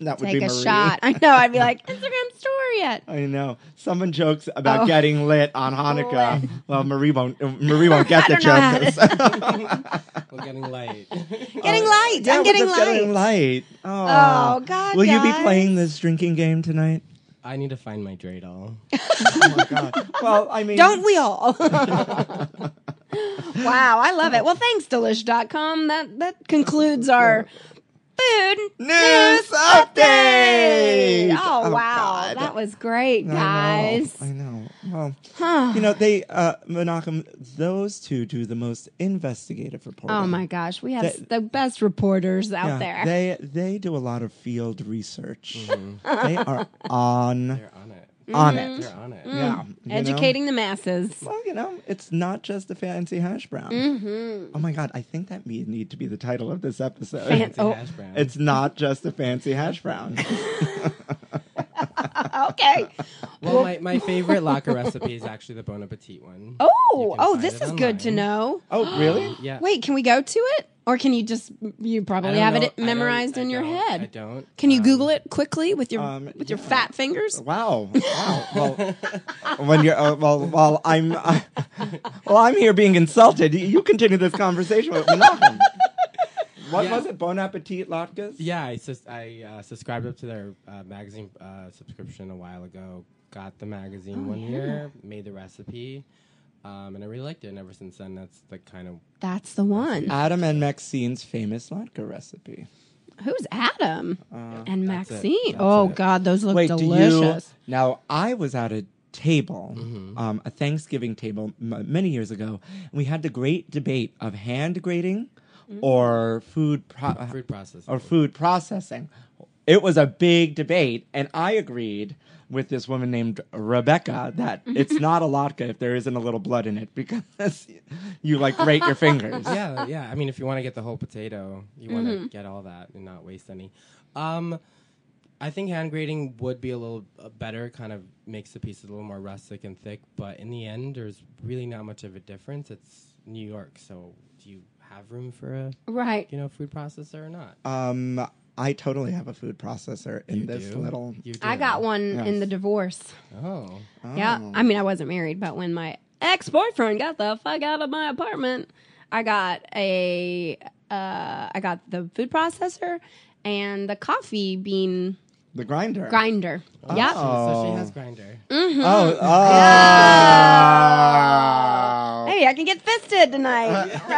that would Take be a Marie. shot. I know. I'd be like, Instagram story it. I know. Someone jokes about Oh. getting lit on Hanukkah. Well, Marie won't. uh, Marie won't get I the don't know how joke. We're getting light. Uh, Getting light. Yeah, I'm we're getting just light. light. Oh, God, Will you be guys. playing this drinking game tonight? Oh, I need to find my dreidel. Well, I mean, Don't we all? wow, I love it. Well, thanks, Delish.com. That that concludes our food News update! Oh, Oh, wow. God. That was great, I know, guys. I know. Well, you know, they, uh, Menachem, those two do the most investigative reporting. Oh my gosh, we have They- s the best reporters out Yeah, there. They they do a lot of field research. They are on They're on it. on it. They're on it. Yeah, you know? Mm-hmm. Educating the masses. Well, you know, it's not just a fancy hash brown. Mm-hmm. Oh my god, I think that may need to be the title of this episode. Fan- It's a Oh. hash brown. it's not just a fancy hash brown. Okay. well, my, my favorite locker recipe is actually the Bon Appetit one. You Oh, can oh, find this it is good to online. know. oh, really? Yeah. Wait, can we go to it? Or can you just you I probably don't have know- it I don't- memorized I in your don't- head? I don't. Can you Um, Oh. Google it quickly with your um, with your fat fingers? Wow. Wow. Well, when you're uh, well, while I'm uh, well, I'm here being insulted. You- You continue this conversation with Menachem. What Yeah. was it? Bon appetit latkes. Yeah, I, sus- I uh, subscribed up to their uh, magazine uh, subscription a while ago. Got the magazine Oh, one year, made the recipe, um, and I really liked it. And ever since then, that's the kind of That's the one. Uh, Adam and Maxine's famous latke recipe. Who's Adam and uh, that's it. Maxine? That's Oh it. God, those look Wait, delicious. do you? Now, I was at a table, um, a Thanksgiving table m- many years ago, and we had the great debate of hand grading or food pro- food process. or food processing. It was a big debate, and I agreed with this woman named Rebecca that it's not a latke if there isn't a little blood in it because you like grate your fingers. yeah, yeah. I mean, if you want to get the whole potato, you want Mm-hmm. to get all that and not waste any. Um, I think hand grading would be a little uh, better. Kind of makes the pieces a little more rustic and thick. But in the end, there's really not much of a difference. It's New York, so do you have room for a Right. you know food processor or not? Um, I totally have a food processor in You this do? little. You I do. got one in the divorce. Oh, Yeah. I mean, I wasn't married, but when my ex boyfriend got the fuck out of my apartment. I got a uh, I got the food processor and the coffee bean The grinder. grinder. Yep. Oh. So she has grinder. Mm. Oh, oh. Oh. Hey, I can get fisted tonight. Uh,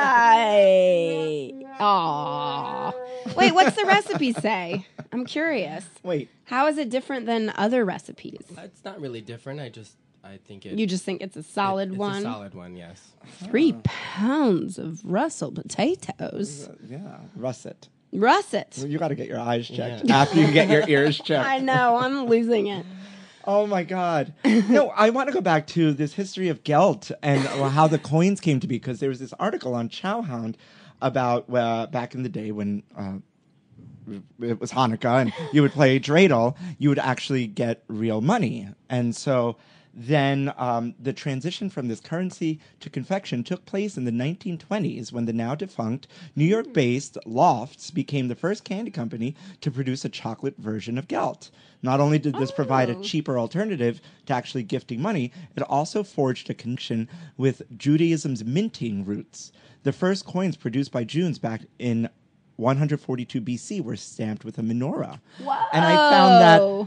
right. Aw. Wait, what's the recipe say? I'm curious. Wait. How is it different than other recipes? It's not really different. I just I think it. You just think it's a solid it's a one. solid one. Yes. Three pounds of russet potatoes. Yeah, russet. Russet. You got to get your eyes checked after you get your ears checked. I know, I'm losing it. Oh my God. No, I want to go back to this history of gelt and how the coins came to be because there was this article on Chowhound about uh, back in the day when uh, it was Hanukkah and you would play dreidel, you would actually get real money. And so then um, the transition from this currency to confection took place in the 1920s when the now defunct New York based Lofts became the first candy company to produce a chocolate version of Gelt. Not only did this provide a cheaper alternative to actually gifting money, it also forged a connection with Judaism's minting roots. The first coins produced by Jews back in 142 BC were stamped with a menorah. And I Whoa. found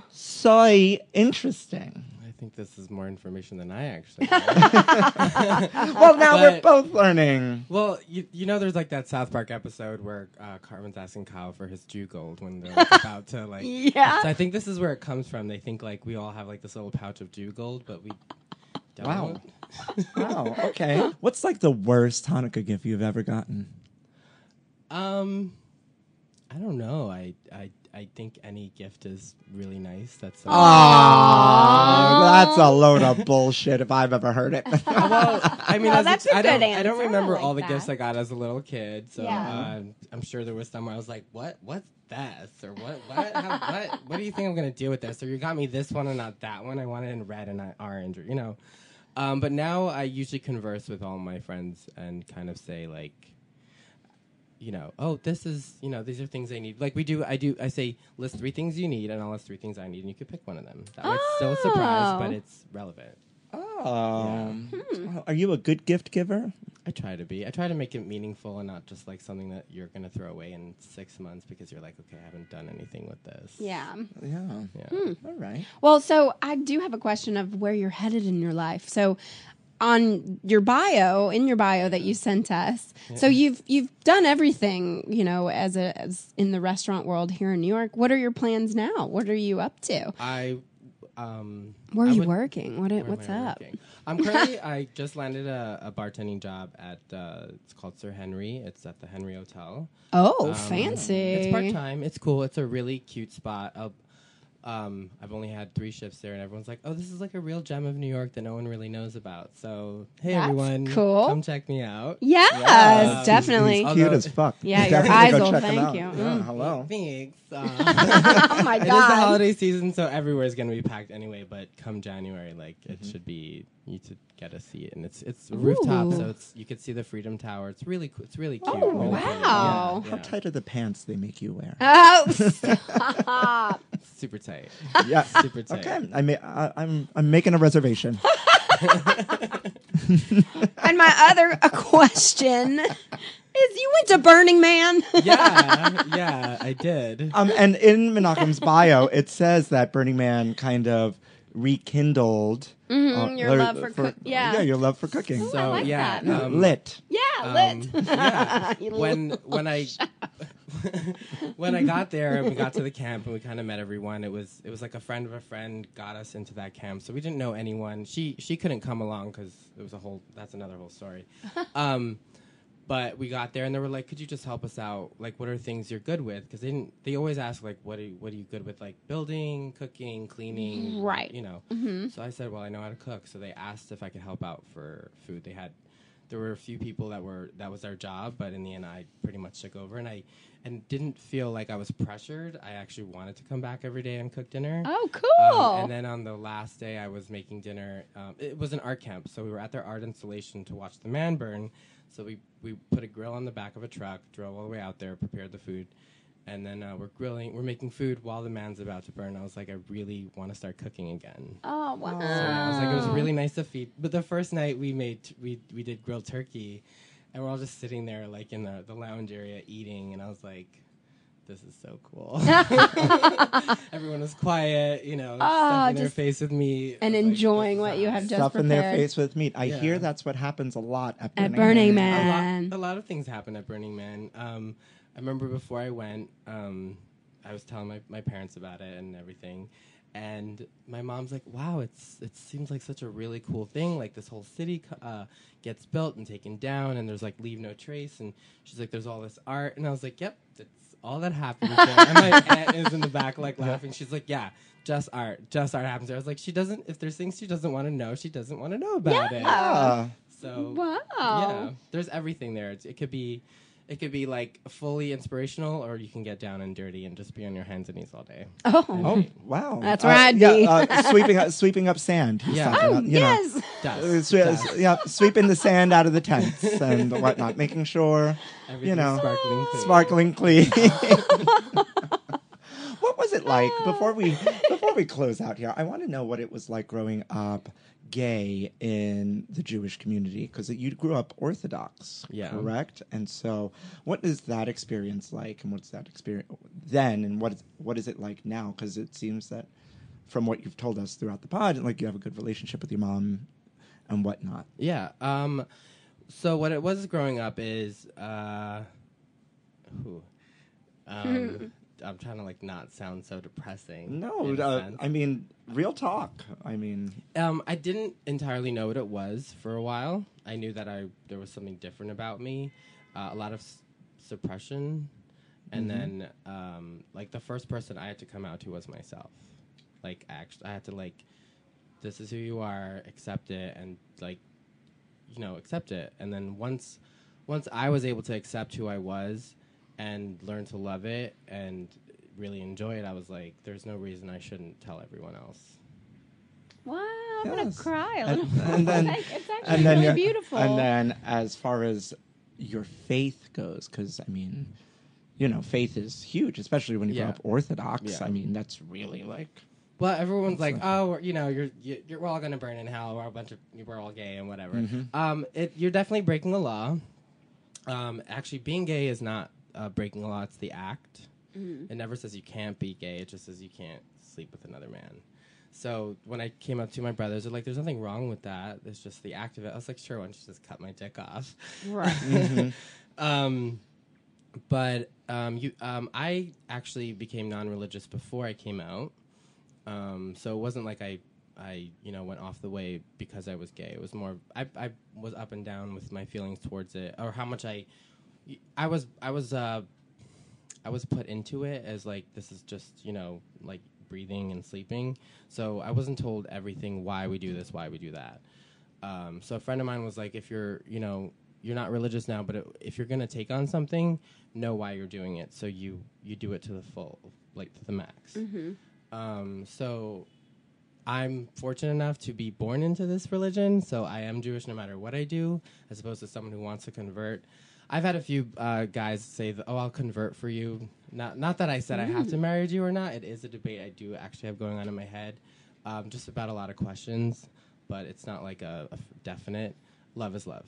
that so interesting. I think this is more information than I actually. know. Well, now we're But- both learning. well, you, you know, there's like that South Park episode where uh, Cartman's asking Kyle for his Jew gold when they're like, about to like. Yeah. So I think this is where it comes from. They think like we all have like this little pouch of Jew gold, but we. Don't. Wow. Wow, okay. What's like the worst Hanukkah gift you've ever gotten? Um, I don't know. I I I think any gift is really nice. That's Oh, that's a load of bullshit if I've ever heard it. well, I mean, No, as that's a, a I don't, good I don't answer. I remember like all the that. gifts I got as a little kid, so Yeah. uh, I'm sure there was some where I was like, "What? What's this? Or what? What? How, what? What do you think I'm gonna do with this? Or you got me this one and not that one. I want it in red and not orange, or you know." Um, but now I usually converse with all my friends and kind of say like, you know, oh, this is, you know, these are things they need. Like we do, I do, I say list three things you need, and I'll list three things I need, and you could pick one of them. That way it's still a surprise, but Oh. it's relevant. Um, well, Are you a good gift giver? I try to be. I try to make it meaningful and not just like something that you're gonna throw away in six months because you're like, okay, I haven't done anything with this. Yeah. Yeah. Yeah. All right. Well, so I do have a question of where you're headed in your life. So on your bio, in your bio that you sent us. So you've you've done everything, you know, as a as in the restaurant world here in New York. What are your plans now? What are you up to? I. Um, Where are I you would- working? What where am what's I up? working? I'm currently. I just landed a, a bartending job at. Uh, it's called Sir Henry. It's at the Henry Hotel. Oh, Um, fancy. It's part time. It's cool. It's a really cute spot. i um, I've only had three shifts there, and everyone's like, "Oh, this is like a real gem of New York that no one really knows about." So, hey That's everyone, cool. come check me out. Yes, Yeah. definitely. He's- Cute Although- as fuck. Yeah, your Definitely eyes go will check 'em thank out. you. Yeah, hello. Thanks. Uh, oh my It is the god. holiday season, so everywhere's gonna be packed anyway. But come January, like it should be, you should get to see it, and it's it's a rooftop, Ooh. so it's you could see the Freedom Tower. It's really cool. It's really cute. Oh, really pretty. Yeah, wow. yeah. How tight are the pants they make you wear? Oh, stop. Super tight. yeah. Super tight. Okay, I may, I, I'm I'm making a reservation. and my other uh, question is you went to Burning Man? Yeah, yeah, I Oh, did. um, and in Menachem's bio, it says that Burning Man kind of rekindled uh, Mm-hmm, your their- love for cook- yeah. yeah, your love for cooking. So like yeah, that. um, lit. yeah, Um, lit. yeah. You when when I when I got there and we got to the camp and we kind of met everyone. It was it was like a friend of a friend got us into that camp, so we didn't know anyone. She she couldn't come along because it was a whole that's another whole story. Um, but we got there and they were like, "Could you just help us out? Like, what are things you're good with?" Because they didn't they always ask like, "What are you, what are you good with? Like building, cooking, cleaning, Right. You know." So I said, "Well, I know how to cook." So they asked if I could help out for food. They had there were a few people that were that was their job, but in the end, I pretty much took over and I and didn't feel like I was pressured. I actually wanted to come back every day and cook dinner. Oh, Um, cool. and then on the last day, I was making dinner. Um, it was an art camp, so we were at their art installation to watch the man burn. So we, we put a grill on the back of a truck, drove all the way out there, prepared the food, and then uh, we're grilling. We're making food while the man's about to burn. I was like, I really want to start cooking again. Oh wow! I was like, it was Oh. really nice to feed. But the first night we made, t- we we did grilled turkey, and we're all just sitting there like in the the lounge area eating, and I was like. This is so cool. Everyone was quiet, you know, Ah, stuffing their just- face with meat and I was like, enjoying this is what you awesome. have just Stuff in their prepared. face with meat. I Yeah. hear that's what happens a lot at At Burning, Burning a Man. lot, a lot of things happen at Burning Man. Um, I remember before I went, um, I was telling my, my parents about it and everything, and my mom's like, "Wow, it's it seems like such a really cool thing. Like this whole city co- uh, gets built and taken down, and there's like leave no trace." And she's like, "There's all this art," and I was like, "Yep, that's all that happens." there." and my aunt is in the back like laughing. She's like, "Yeah." Just art, just art happens. there." I was like, she doesn't. If there's things she doesn't want to know, she doesn't want to know about it. Ah, So Wow. yeah, Oh. there's everything there. It's, it could be, it could be like fully inspirational, or you can get down and dirty and just be on your hands and knees all day. Oh. oh wow! That's Uh, where I'd yeah, be. uh, sweeping up, sweeping up sand. He's Yeah. talking Oh, about, you know. yes. Dust, Uh, swe- dust, s- yeah, sweeping the sand out of the tents and whatnot, making sure everything you know, sparkling, clean. sparkling clean. what was it like before we before we close out here? I want to know what it was like growing up gay in the Jewish community because you grew up Orthodox, Yeah. correct? And so, what is that experience like, and what's that experience then, and what is what is it like now? Because it seems that from what you've told us throughout the pod, like you have a good relationship with your mom and whatnot. Yeah. Um, so what it was growing up is, uh, who, um, I'm trying to like not sound so depressing. No, in a uh, sense. I mean real talk. I mean, Um, I didn't entirely know what it was for a while. I knew that I there was something different about me, uh, a lot of s- suppression, and then um, like the first person I had to come out to was myself. Like, actually, I had to like, this is who you are, accept it, and like, you know, accept it. And then once, once I was able to accept who I was, and learn to love it and really enjoy it, I was like, there's no reason I shouldn't tell everyone else. Wow, I'm gonna Yes. cry. a and, little. and then Like, it's actually and then really your- beautiful. And then as far as your faith goes, because I mean, you know, faith is huge, especially when you Yeah. grow up Orthodox. Yeah. I mean, that's really like Well, everyone's like, oh, you know, you're, you- you're we're all gonna burn in hell. We're a bunch of we're all gay and whatever. Um, it, you're definitely breaking the law. Um, actually, being gay is not uh, breaking the law; it's the act. It never says you can't be gay. It just says you can't sleep with another man. So when I came up to my brothers, they're like, "There's nothing wrong with that. It's just the act of it." I was like, "Sure, why don't you just cut my dick off?" right. um, but um, you, um, I actually became non-religious before I came out, um, so it wasn't like I, I you know went off the way because I was gay. It was more I, I was up and down with my feelings towards it or how much I, I was I was uh, I was put into it as like this is just you know like breathing and sleeping. So I wasn't told everything why we do this, why we do that. Um, so a friend of mine was like, if you're you know you're not religious now, but it, if you're gonna take on something, know why you're doing it. So you you do it to the full, like to the max. Um, so I'm fortunate enough to be born into this religion, so I am Jewish no matter what I do, as opposed to someone who wants to convert. I've had a few uh, guys say, that, "Oh, I'll convert for you." Not, not that I said I Mm. have to marry you or not. It is a debate I do actually have going on in my head, um, just about a lot of questions, but it's not like a, a f- definite. Love is love.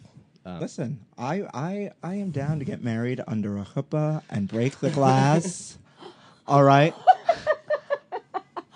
Um, listen. I I I am down to get married under a chuppah and break the glass. All right.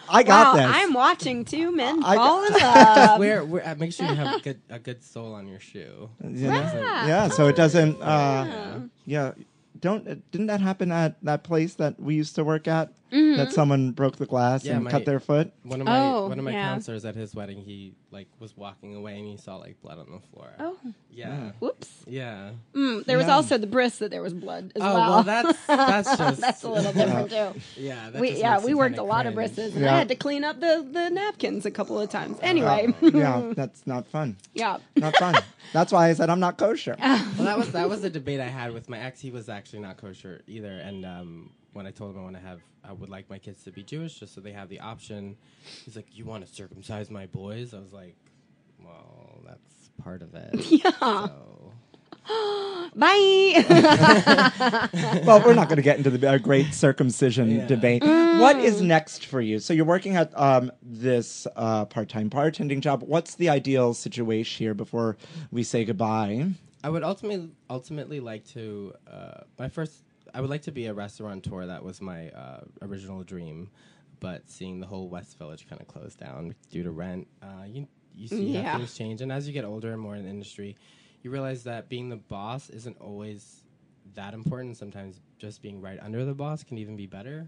I wow, got this. I'm watching two men I- fall in love. where, where, uh, make sure you have a good, a good soul on your shoe. Oh. you know? Yeah. yeah so it doesn't uh yeah don't uh, didn't that happen at that place that we used to work at that someone broke the glass Yeah, and my- cut their foot One of my Oh, one of my yeah. counselors at his wedding, he like was walking away and he saw like blood on the floor. Oh, yeah, whoops. yeah. Mm, there was Yeah. also the brisk that there was blood as Oh well. well, that's that's just That's a little different too. yeah. That We just yeah makes we it worked a kinda lot of cringe. brisses. Yeah. I had to clean up the, the napkins a couple of times. Anyway, yeah that's not fun yeah. not fun that's why i said i'm not kosher Well, that was that was a debate I had with my ex. He was actually not kosher either, and um, when I told him I want to have, I would like my kids to be Jewish just so they have the option. He's like, "You want to circumcise my boys?" I was like, "Well, that's part of it." Yeah. So, Bye. well, we're not going to get into the uh, great circumcision Yeah. debate. What is next for you? So you're working at um, this uh, part-time bartending job. What's the ideal situation here before we say goodbye? I would ultimately ultimately like to uh, my first. I would like to be a restaurateur. That was my uh, original dream, but seeing the whole West Village kind of close down due to rent, uh, you you see Yeah. how things change. And as you get older and more in the industry, you realize that being the boss isn't always that important. Sometimes just being right under the boss can even be better.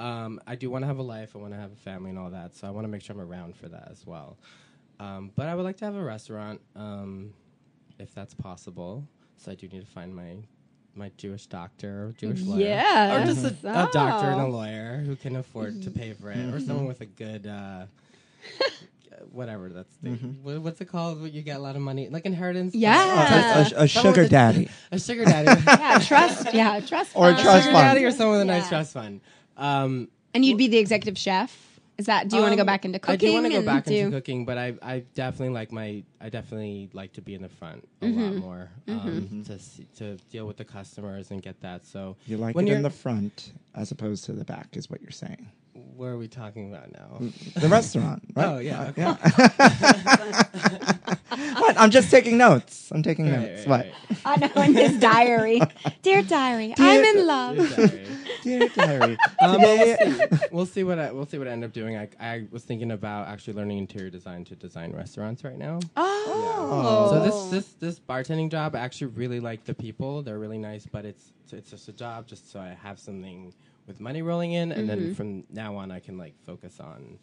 Um, I do want to have a life. I want to have a family and all that. So I want to make sure I'm around for that as well. Um, but I would like to have a restaurant. Um, if that's possible. So I do need to find my my Jewish doctor, or Jewish lawyer, Yeah, or just a, a doctor and a so- lawyer who can afford to pay for it, or someone with a good. Uh, Whatever that's the, Mm-hmm. wha- what's it called? What you get a lot of money, like inheritance. Yeah. a, a, a Someone sugar with a- daddy. a sugar daddy, yeah, trust. Yeah, trust. Or a fund. trust sugar fund. daddy, or someone with a nice Yeah. trust fund. Um, And you'd be the executive chef. Is that? Do you want to go Um, back into cooking? I do want to go and back do- into cooking, but I, I definitely like my I definitely like to be in the front a Mm-hmm. lot more um, to see, to deal with the customers and get that. So Mm-hmm. You like when it in you're- the front as opposed to the back, is what you're saying. What are we talking about now? The restaurant, right? Oh, yeah, Mm-hmm. Uh, okay. yeah. what? I'm just taking notes. I'm taking Right, notes. right, what? right. I know in his diary, dear diary, I'm in love. Sorry. Dear diary. Um, today- we'll see what I, we'll see what I end up doing. I, I was thinking about actually learning interior design to design restaurants right now. Oh, So this this this bartending job, I actually really like the people. They're really nice, but it's it's just a job just so I have something with money rolling in, and Mm-hmm. then from now on I can like focus on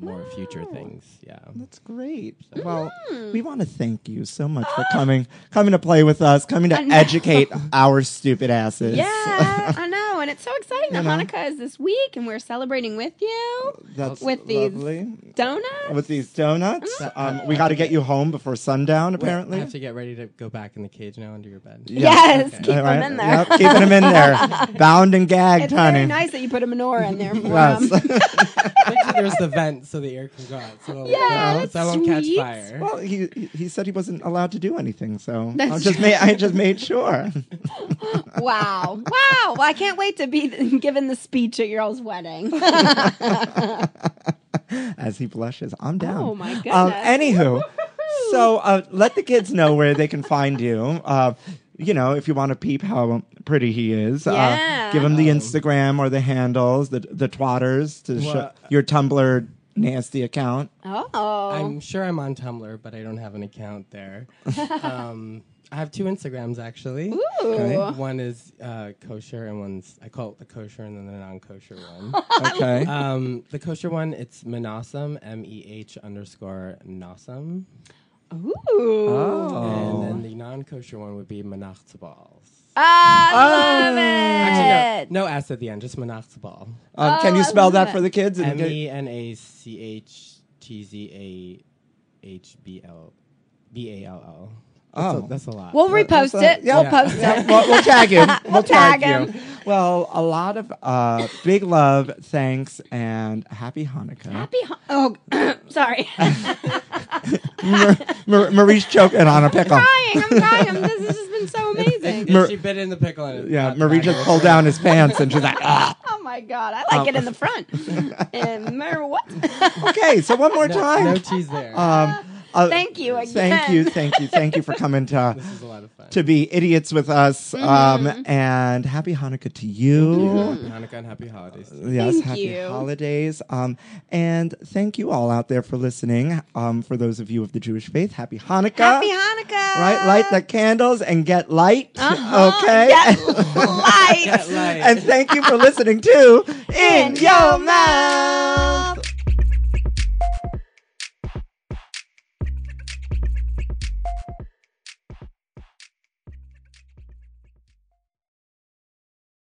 more future things. Yeah. That's great. Well, Hmm. we want to thank you so much for coming, coming to play with us, coming to I know. educate our stupid asses. yeah, I know, and it's so exciting that You know? Hanukkah is this week, and we're celebrating with you That's With these- Mm-hmm. lovely. donuts. With these donuts, um, we got to get you home before sundown. Apparently, I have to get ready to go back in the cage now under your bed. Yeah. Yes, Okay. keep All them right. in there. Yep, keeping them in there, bound and gagged, It's honey. very nice that you put a menorah in there for Yes. them. Make sure there's the vent so the air can go out. So, Yeah, so that's I won't catch sweet. fire. well, he he- he said he wasn't allowed to do anything, so I That's just made I just made sure. Wow, wow! Well, I can't wait to be given the speech at your all's wedding. as he blushes. I'm down. Oh, my Um, goodness. anywho, so uh, let the kids know where they can find you. Uh, you know, if you want to peep how pretty he is, Yeah. uh, give him the Instagram or the handles, the the twatters to show Well- your Tumblr nasty account. oh, I'm sure I'm on Tumblr, but I don't have an account there. um, I have two Instagrams actually. Ooh. Okay. One is uh, kosher, and one's I call it the kosher, and then the non-kosher one. Oh. Okay. um, the kosher one, it's Menasum, M E H underscore Nasum, Ooh. Oh. and then the non-kosher one would be Menachtabal. Ah, I Oh. love it. No, no S at the end, just Menachtabal. um, can Oh, you I spell love that it. for the kids? M E N A C H T Z A H B L B A L Oh. L. that's a lot. We'll repost so- it. yeah. We'll post Yeah, it. we'll, we'll tag him. We'll, tag you. him. Well, a lot of uh, big love, thanks, and happy Hanukkah. Happy. Hun- oh, sorry. Mar- Marie's choking on a pickle. crying. I'm crying. I'm, this has just been so amazing. Mar- she bit in the pickle. And it Yeah, got Marie back just over. pulled down his pants and she's like, ah. Oh my god, I like it in the front. and no matter what. Okay, so one more No, time. no cheese there. um, uh, Thank you again. Thank you, thank you, thank you for coming to this is a lot of fun. to be idiots with us. Mm-hmm. Um, and happy Hanukkah to you. Happy Hanukkah and happy holidays. to you. Yes, Thank happy you. holidays. Um, and thank you all out there for listening. Um, for those of you of the Jewish faith, happy Hanukkah. Happy Hanukkah. Right, light the candles and get light. Uh-huh. Okay. Get light. Like- and thank you for listening to In In Your Your Mouth.